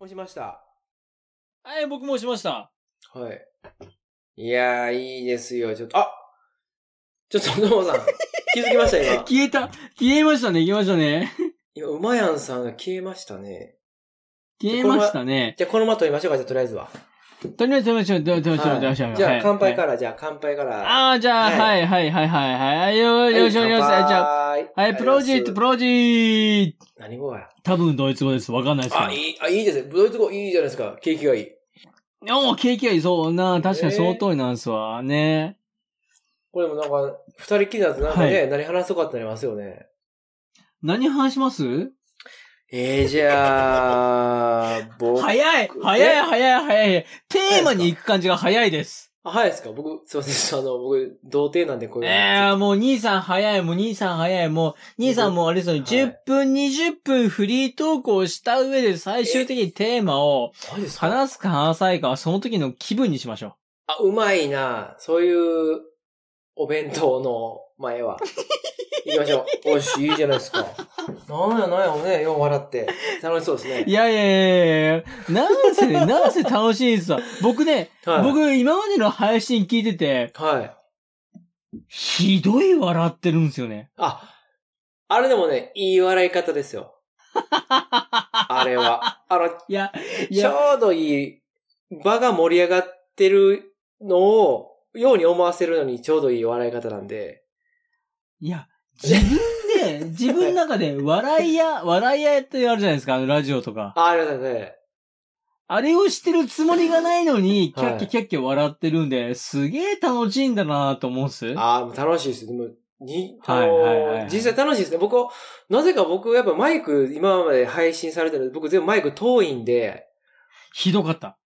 押しました。はい、僕も押しました。はい。いやー、いいですよ。ちょっと、あちょっと、ノ モさん、気づきました、今。消えた消えましたね、消えましたね。今、うまやんさんが消えましたね。消えましたね。じゃあ、このまま撮りましょうか、じゃあ、とりあえずは。とりあえず、とりあえず、とりあえず、とりあえず、とりあえず、。じゃあ、乾杯からら、じゃあ、乾杯から。ああ、じゃあ、はい、はい、はい、はい、はい。よ、よしよしよし。じゃあ、はい乾杯、はい、プロジェクト、プロジェクト。何語や多分ドイツ語です。わかんないですけどあ、いい、あ、いいですね。ドイツ語いいじゃないですか。景気がいい。おー、景気がいい。そうな、確かにその通りなんですわ。ね。これもなんか、二人きりだとなんかね、は何話そうかってなりますよね。何話しますえー、じゃあ、僕、早い早い早い早いテーマに行く感じが早いです。あ、早いですか僕、すいませんちょっと。あの、僕、童貞なんでこういうの。えー、もう兄さん早い、もう兄さん早い、もう兄さんもうあれですよ、10分、20分フリートークをした上で最終的にテーマを何ですか話すか話さないかはその時の気分にしましょあ、うまいなそういう、お弁当の前 は。行きましょう。おいしい、いいじゃないですか。なんやなんや、おね、よう笑って。楽しそうですう。いね。やいやいやいやなんせね、なんせ楽しいですわ。 僕ね、はい、僕今までの配信聞いてて、はい。ひどい笑ってるんですよね。あ、あれでもね、いい笑い方です よ。あれは。あの、いや、いちょや、うどいい、場が盛り上がってるのを、ように思わせるのにちょうどいい笑い方なんで。いや、自分で、自分の中で笑いや、笑いやってあるじゃないですか、あのラジオとか。あ、ありがとうございます。あれをしてるつもりがないのに、キはいャッキャキャッキャ笑ってるんで、すげえ楽しいんだなと思うんす。ああ、もう楽しいです。でも、に、はいはいはいはいあの実際楽しいですね。僕、なぜか僕、やっぱマイク、今まで配信されてるので、僕全部マイク遠いんで、ひどかった。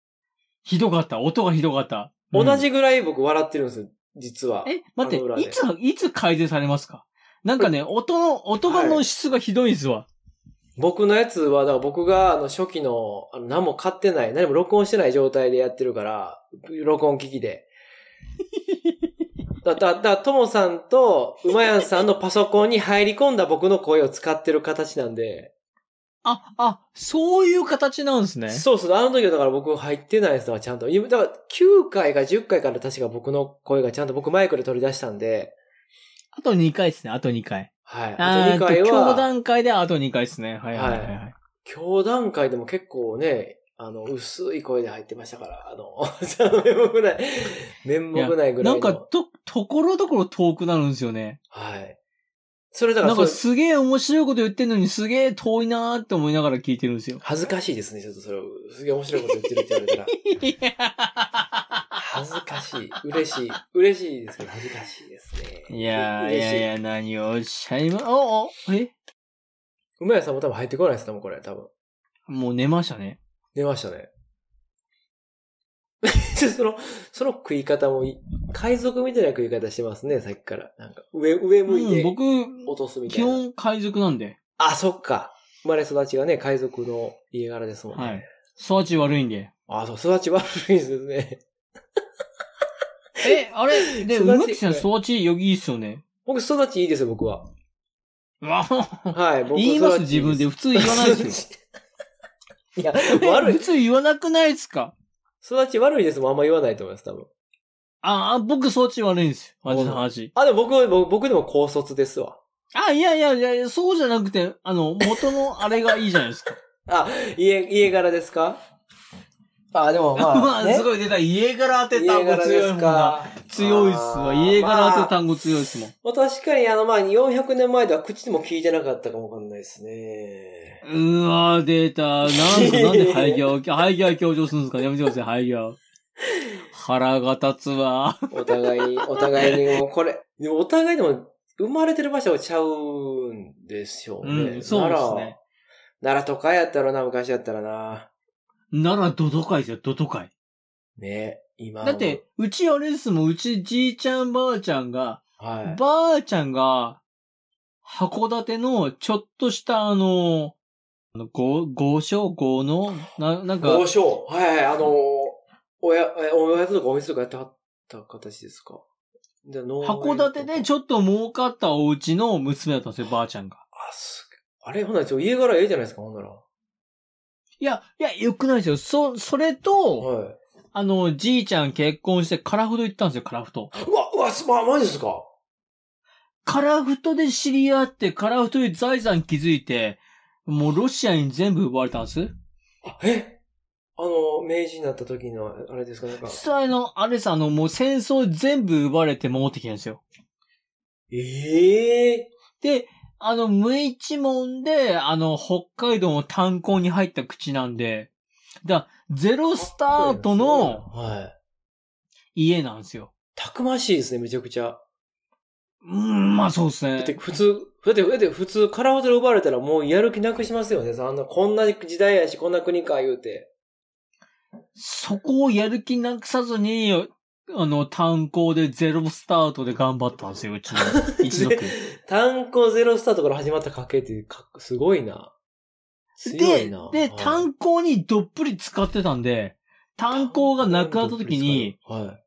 ひどかった。音がひどかった。うん同。じぐらい僕笑ってるんですよ、実は。え、待あのっ裏て、でいつ、いつ改善されますかなんかね、音の、音がの質がひどいんすわ。僕のやつは、だから僕が、あの、初期の、あの、何も買ってない、何も録音してない状態でやってるから、録音機器で。だ、だ、だ、ともさんと、うまやんさんのパソコンに入り込んだ僕の声を使ってる形なんで、あ、あ、そういう形なんですね。そうそう、あの時はだから僕入ってないですわ、ちゃんと。今だから9回か10回から確か僕の声がちゃんと僕マイクで取り出したんで、あと2回ですね、あと2回。はい。ああと2回ー今日は、段階であと2回ですね。はいはいはいはい。今日段階でも結構ね、あの、薄い声で入ってましたから、あの、 面目ない、面目ないぐらなの。いんか、と、ところどころ遠くなるんですよね。はい。それだからなんかそう。すげえ面白いこと言ってんのにすげえ遠いなーって思いながら聞いてるんですよ恥ずかしいですね、ちょっとそれを。すげえ面白いこと言ってるって言われたら。 いや恥ずかしい。嬉しい。嬉しいですけど、恥ずかしいですーね。いや嬉しいや、何をおっしゃいま、おおえうまやさんも多分入ってこないですね、もうこれ、多分。もう寝ましたね。寝ましたね。 その、その食い方もいい、海賊みたいな食い方してますね、さっきから。なんか、上、上向いうん、て、僕、落とすみた基いな。本海賊なんで。あ、そっか。生まれ育ちがね、海賊の家柄ですもんね。はい。育ち悪いんで。あ、そう、育ち悪いですね。 え、あれで、育うちまきさん 育ちよぎいいっすよね。僕、育ちいいですよ、僕は。わはい、僕言います育ち自分で。普通言わないですよ。す よ。いや、 悪い普。通言わなくないですか育ち悪いですもん、あんま言わないと思います、多分。ああ、僕育ち悪いんですよ。マジの話。あ、でも僕は、僕僕でも高卒ですわ。あ、いやいやいやいや、そうじゃなくて、あの、元のあれがいいじゃないですか。あ、家、家柄ですかあ、でも まあ、まあ、ねすごい出た。家柄って家単語柄で強いもすんな。か強いっすわ。家柄って単語強いっすもん。まあ確かにあの、まあ、400年前では口でも聞いてなかったかもわかんないですね。うわ、出た。なんか、なんで廃業、廃業は強調するんですかやめてください、廃業。腹が立つわ。お互い に、お互いに、もうこれ、でもお互いでも、生まれてる場所はちゃうんですよね。うん、そうですね。奈良。奈良とかやったろな、昔やったらな。奈良どどかいですよ、どどかい。ね、今もだって、、うちあれですもん、うちじいちゃんばあちゃんが、はい。ばあちゃんが、函館のちょっとしたあの、あの、ご、ご小ごの、な、なんか王、将。はいはい、あのー、おや、えおやつとかお店とかやってはった形ですか。で農園とか函館でちょっと儲かったお家の娘だったんですよ、ばあちゃんが。あ、すげあれ、ほんなら、ちょ家柄ええじゃないですか、ほんなら。いや、いや、よくないですよ。そ、それと、はあの、じいちゃん結婚してカラフト行ったんですよ、カラフト。い。うわ、うわ、すま、マジですかカラフトで知り合って、カラフトで財産築いて、もうロシアに全部奪われたんです。あえあの、明治になった時の、あれですか、なんか。さあの、あれさ、あの、もう戦争全部奪われて戻ってきてるんですよ。ええで、あの、無一文で、あの、北海道の炭鉱に入った口なんで、だ、ゼロスタートのはい。家なんですよ。たくましいですね、めちゃくちゃ。うん、まあそうですだってね。普通、だって、だって普通、カラオケで奪われたらもうやる気なくしますよね。あんな、こんな時代やし、こんな国か、言うて。そこをやる気なくさずに、あの、炭鉱でゼロスタートで頑張ったんですよ、うちの一族。炭鉱ゼロスタートから始まった家系って、かすごいな。強いでな。、で、はい炭鉱にどっぷり使ってたんで、炭鉱がなくなった時に、、はい。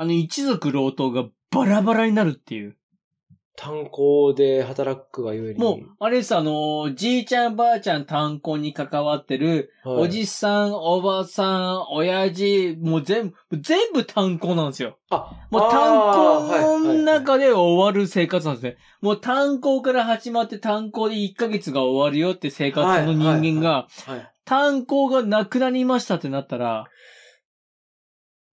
あの、一族老頭がバラバラになるっていう。炭鉱で働くがゆえに。もう、あれです、あのー、じいちゃんばあちゃん炭鉱に関わってる、う、おじさん、おばさん、親父、もう全部、全部炭鉱なんですよ。あ、もう炭鉱の中で終わる生活なんですね。もう炭鉱から始まって炭鉱で1ヶ月が終わるよって生活の人間が、あー、はいはいはいはい炭鉱がなくなりましたってなったら、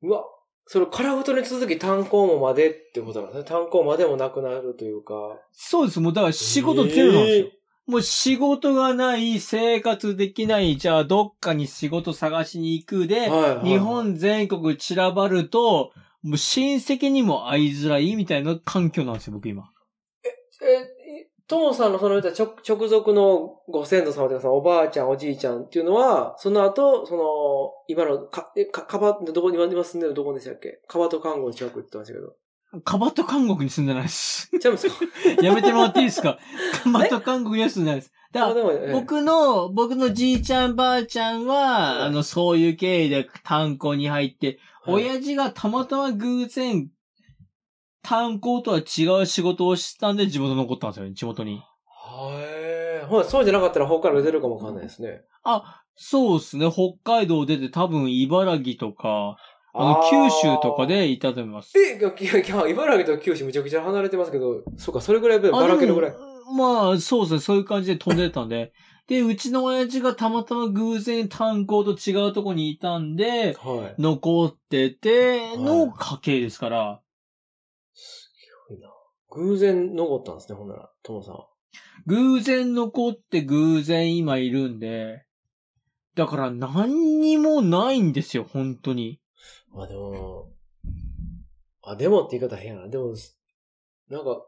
うわ、それ、カラフトに続き炭鉱もまでってことなんですね。炭鉱までもなくなるというか。そうです。もうだから仕事ゼロなんですよ。えもう仕事がない、生活できない、じゃあどっかに仕事探しに行くえで、はいはい日本全国散らばると、もう親戚にも会いづらいみたいな環境なんですよ、僕今。え、トモさんのその言った直直属のご先祖様というかさ、おばあちゃん、おじいちゃんっていうのは、その後、その、今の、か、え、か、かば、どこに今住んでるどこでしたっけかばと看護の近くって言ってましたけど。カバット監獄に住んでないです。ちゃいますかやめてもらっていいですかカバット監獄には住んでないです。だからあでもええ僕の、僕のじいちゃんばあちゃんはいは、あの、そういう経緯で炭鉱に入って、はい親父がたまたま偶然、炭鉱とは違う仕事をしたんで地元に残ったんですよね、地元に。はい。ほら、そうじゃなかったら他から出るかもわかんないですね。そうですね、北海道出て多分茨城とか、あの、ー九州とか。でいたと思います。え、いや、いや茨城と九州むちゃくちゃ離れてますけど、そうか、それぐらいばあらけるぐらいで。もまあ、そうですね、そういう感じで飛んでた んで。で、うちの親父がたまたま偶然炭鉱と違うとこにいたんで、はい。残っててはいの家系ですから、偶然残ったんですね、ほんなら、ともさん。偶然残って偶然今いるんで、だから何にもないんですよ、本当に。まあでも、あ、でもって言い方変やな。でも、なんか、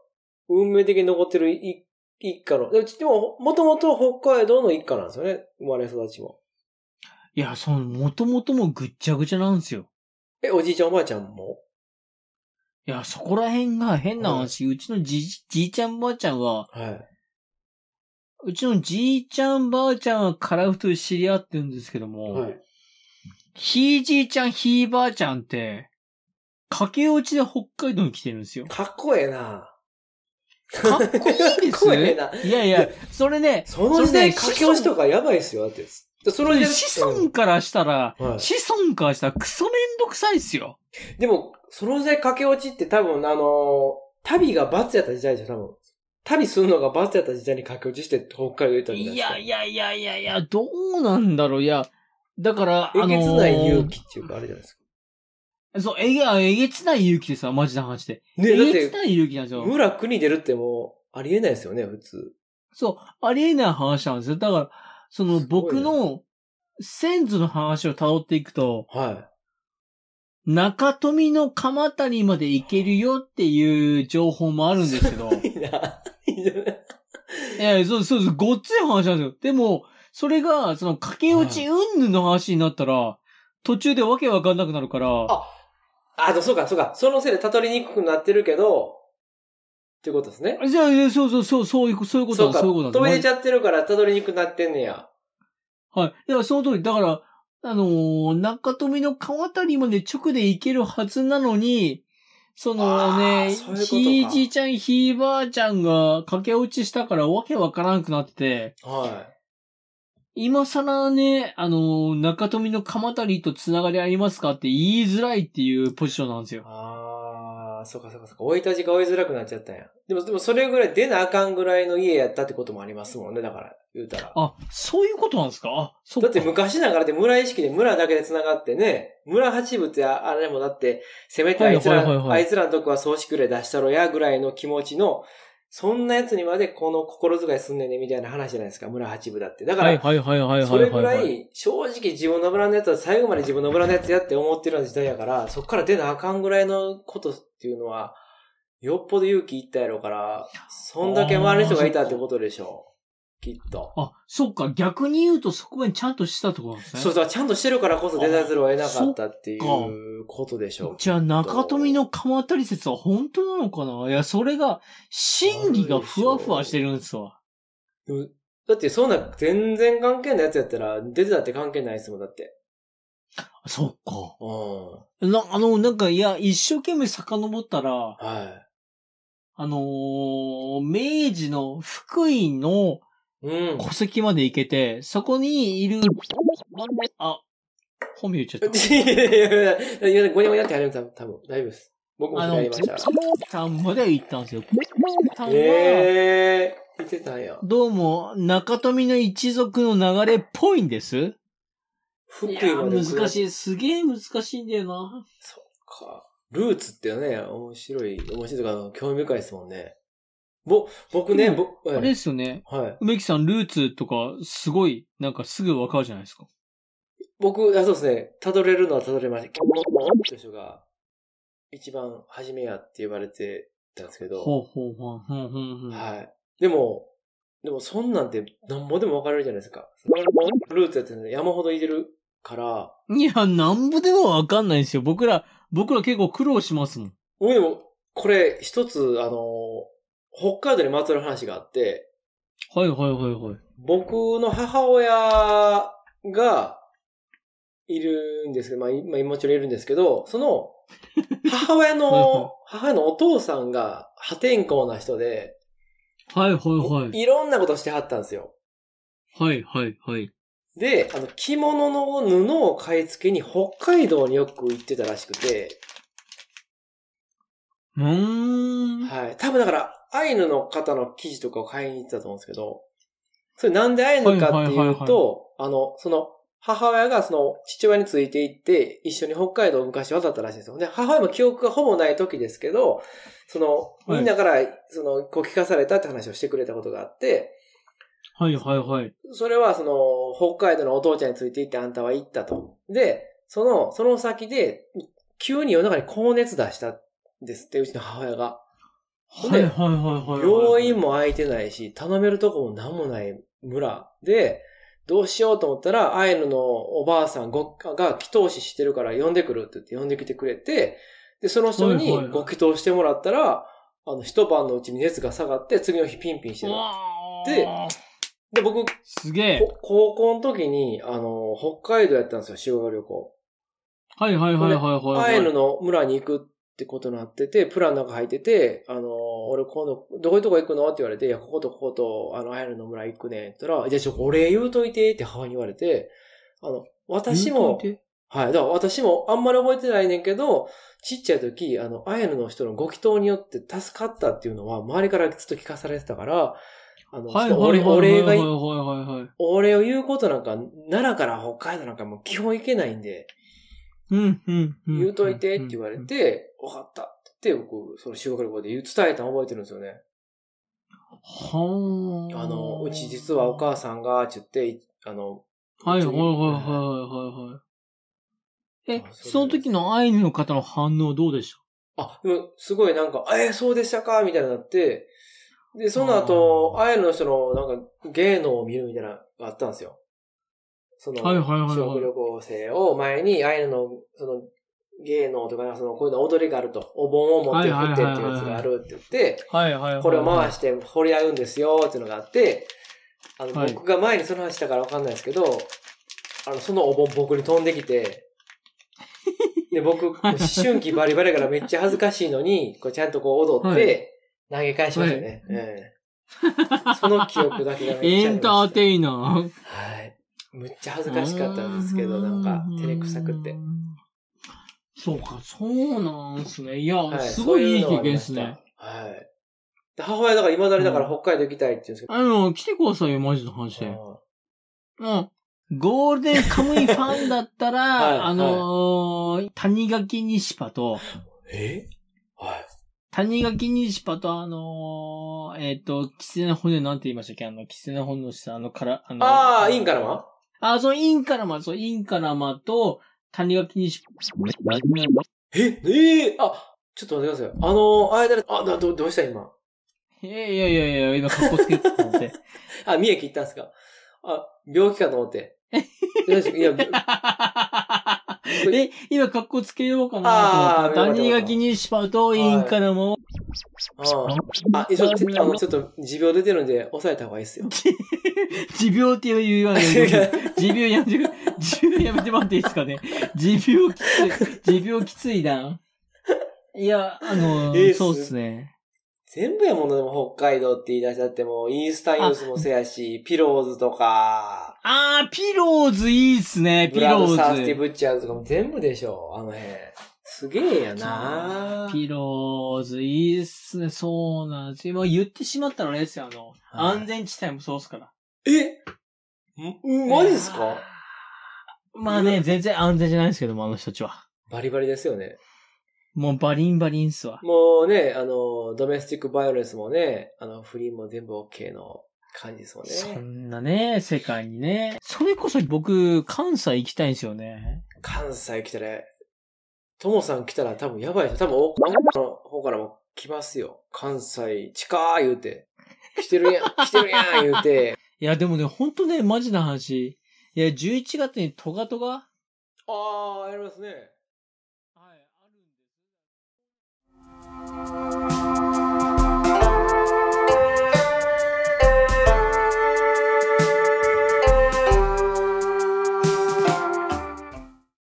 運命的に残ってる一一家の、でもちでも、もともと北海道の一家なんですよね。生まれ育ちも。いや、その、もともともぐっちゃぐちゃなんですよ。え、おじいちゃんおばあちゃんもいや、そこら辺が変な話、うちのじじ、じいちゃんばあちゃんは、はい。うちのじいちゃんばあちゃんはカラフトで知り合ってるんですけども、はい。ひいじいちゃんひいばあちゃんって、駆け落ちで北海道に来てるん ですよ。かっこええな。かっこいいでかっこええなすいやいや、それね、その時代、それね駆け落ちとかやばいっすよ、だって。でその時代、子孫からしたら、うんはい子孫からしたらクソめんどくさいっすよ。でも、その時代駆け落ちって多分、あのー旅が罰やった時代でしょ、多分。旅するのが罰やった時代に駆け落ちして北海道行ったんじゃないいですか。やいやいやいやいや、どうなんだろう。いや、だから、あえのげつない勇ー、気っていうか、あれじゃないですか。そう、えげ、あえげつない勇気ですわ、マジな話で。ねえだっげつて、ない勇気なんですよ。村国出るってもう、ありえないですよね、普通。そう、ありえない話なんですよ。だから、そのすごい僕の先祖の話を辿っていくと、は中富の鎌谷まで行けるよっていう情報もあるんですけ ど、い。いいな。いいじゃないええそうそうそう、ごっつい話なんですよ。でも、それが、その、駆け落ち云々の話になったら、途中でわけわかんなくなるから、あ あ、でもそうか、そうか。そのせいでたどりにくくなってるけど、っていうことですね。じゃあ、いやそうそうそう、そういう、そういうこそとうだ、か。そういうことだ。飛び出ちゃってるからたどりにくくなってんねや。はい。だから、その通り。だから、あのー中富の川渡りまで直で行けるはずなのに、そあのーねそういうこ、とかひいじいちゃん、ひいばあちゃんが駆け落ちしたからわけわからなくなってて、はい。今更ね、あの、中富の鎌足りと繋がりありますかって言いづらいっていうポジションなんですよ。ああ、そうかそうかそうか。追い立ちが追いづらくなっちゃったんや。でも、でもそれぐらい出なあかんぐらいの家やったってこともありますもんね。だから、言うたら。あ、そういうことなんですかあ、そうだって昔ながらで村意識で村だけで繋がってね、村八部ってああれもだって、せめてあいつら、はいはいはいはいあいつらのとこは葬式くらい出したろやぐらいの気持ちの、そんなやつにまでこの心遣いすんねんねみたいな話じゃないですか、村八部だって。だから、はいはいはいはいはいはいはい。それぐらい、正直自分のブランドやつは最後まで自分のブランドやつやって思ってるような時代やから、そっから出なあかんぐらいのことっていうのは、よっぽど勇気いったやろから、そんだけ周りの人がいたってことでしょう。きっと。あ、そっか、逆に言うとそこまでちゃんとしたとこなんですね。そうそう、ちゃんとしてるからこそ出ざるを得なかったっていうことでしょう。じゃあ、中富の鎌当たり説は本当なのかないや、それが、心理がふわふわしてるんですわ。でもだってそんな全然関係ないやつやったら、出てたって関係ないですもん、だって。そっか。うん。な、あの、なんか、いや、一生懸命遡ったら、はあのー明治の福井のい。うん。 戸籍まで行けて、そこにいる、あ、本名言っちゃっいやいやいやいや、ごにゃごにゃってやるた多分大丈夫です。僕もた。あそれやの、りました。さんまで行ったんですよ。さんは、ええー、見てたんや。どうも、中富の一族の流れっぽいんです。福い井やまーで下難しい。すげえ難しいんだよな。そっか。ルーツってね、面白い、面白いというか、興味深いですもんね。ぼ、僕ね、うんぼ、あはれでい。すよね。はい、梅木さん、ルーツとか、すごい、なんかすぐわかるじゃないですか。僕、あ、そうですね、辿れるのは辿れました。キモモって人が、一番初めやって呼ばれてたんですけど、ほうほうほう、ほうほうほう。はい。でも、でもそんなんてなんぼでも分かれるじゃないですか。ルーツやってね山ほどいてるから、いや、なんぼでもわかんないですよ。僕ら、僕ら結構苦労しますもん。僕でも、これ、一つ、あの、北海道にまつわる話があって、はいはいはいはい。僕の母親が、いるんですけど、まあ、いまあ、もちろんいるんですけど、そ の、母親はいはいの、母親のお父さんが破天荒な人で、はいはいはい。いろんなことしてはったんですよ。はいはいはい。で、あの、着物の布を買い付けに北海道によく行ってたらしくて、うーん。はい。多分だから、アイヌの方の記事とかを買いに行ってたと思うんですけど、それなんでアイヌかってはいはいいうはいと、あの、その、母親がその父親について行って、一緒に北海道を昔渡ったらしいんですよ。で、母親も記憶がほぼない時ですけど、その、はいみんなから、その、こう聞かされたって話をしてくれたことがあって、はいはいはい。それはその、北海道のお父ちゃんについて行ってあんたは行ったと。で、その、その先で、急に夜中に高熱出したんですって、うちの母親が。ほんはいではいはいはいはい。病院も空いてないし、頼めるとこも何もない村で、どうしようと思ったら、アイヌのおばあさんごが祈祷師してるから呼んでくるって言って呼んできてくれて、で、その人にはいはいご祈祷してもらったら、あの、一晩のうちに熱が下がって、次の日ピンピンしてうる。わーで、で、僕、すげえ。こ高校の時に、あの、北海道やったんですよ、修学旅行。はいはいはいはいはいはアい。イヌの村に行くってことになってて、プランの中入ってて、あのー、俺今度、どこいうとこ行くのって言われて、いや、こことここと、あの、アイヌの村行くねん。って言ったら、じゃあちょ、お礼言うといて、って母に言われて、あの、私も、言うといてはい、だから私もあんまり覚えてないねんけど、ちっちゃい時、あの、アイヌの人のご祈祷によって助かったっていうのは、周りからずっと聞かされてたから、あの、はいちょっとはいおはい礼はいおはい礼はがいいはいはい。お礼を言うことなんか、奈良から北海道なんかもう基本行けないんで、うん、うん、うん。言うといてって言われて、わかったって言って、僕、その修学旅行で言う伝えたの覚えてるんですよね。はあ。あの、うち実はお母さんが、って言ってい、あの、はいはいはいはい。いはいはい。えあそうで、すその時のアイヌの方の反応どうでしあ、でも、すごいなんか、えーそうでしたかみたいになって、で、その後、あアイヌの人の、なんか、芸能を見るみたいなのがあったんですよ。その、はいはいはいはい修学旅行生を前に、アイヌの、その、芸能とか、その、こういうの踊りがあると、お盆を持って振ってっていうやつがあるって言って、たはいはいはい。これを回しして掘り合うんですよっていうのがあって、あの、はい僕が前にその話したからわかんないですけど、あの、そのお盆僕に飛んでき て、で、僕、思春期バリバリやからめっちゃ恥ずかしいのに、こうちゃんとこう踊って、投げ返しましたよね。うんその記憶だけがめっちゃありまエンしタた。ーテイナー。はい。むっちゃ恥ずかしかったんですけど、なんか、照れくさくて。。そうか、そうなんすね。いや、はい。すごいいいそううのがあ経験りでますしたね。。はい。で母親だから未だにだからう北海道行きたいって言うんですけあの、来てくださいよ、マジの話で。ど。うん。ゴールデンカムイファンだったら、 はいあのー谷垣西パと、えはい。谷垣西パとあのーえっ、と、キツネの骨なんて言いましたっけあの、キツネの骨の下、あの、から、あの、ああ、いいんかなまあ、そう、インカラマ、そう、インカラマと、谷垣西パ。えええあ、ちょっと待ってください。あの、間で、あ、などどうした今。いやいやいやいや、今、格好つけてたんで。あ、三重行ったんですかあ、病気かと思って。 いや、いやえ、今、格好つけようかなと思っあーて。谷垣西パと、インカラマを。ああ、いやちょちょあのちょっと持病出てるんで、抑えた方がいい ですよ。持病っていう言わないでください。持病やめてく、持病やめてもらっていいですかね。持病きつい、持病きついな。いや、あの、えーそうっすね。全部やもんな、でも北海道って言い出しだってもう、インスタインスもせや し、ピローズとか、あー、ピローズいいっすね、ブピラロッドサースティーズ。ブッチャーズとかも全部でしょ、あの辺。すげえやなピローズいいっすね、そうなんですよ。まあ言ってしまったらあれですよ、あの、はい安全地帯もそうっすから。えんんマジですかまあね、全然安全じゃないですけども、あの人たちは。バリバリですよね。もうバリンバリンっすわ。もうね、あの、ドメスティックバイオレンスもね、あの、不倫も全部 OK の感じですもんそね。んなね、世界にね。それこそ僕、関西行きたいんですよね。関西来たら、ともさん来たら多分やばいでしょ。多分、おの方からも来ますよ。関西、近ー言うて。来てるやん、来てるやん言うて。いや、でもね、ほんとね、マジな話。いや、11月にトガトガ あー、やりますね。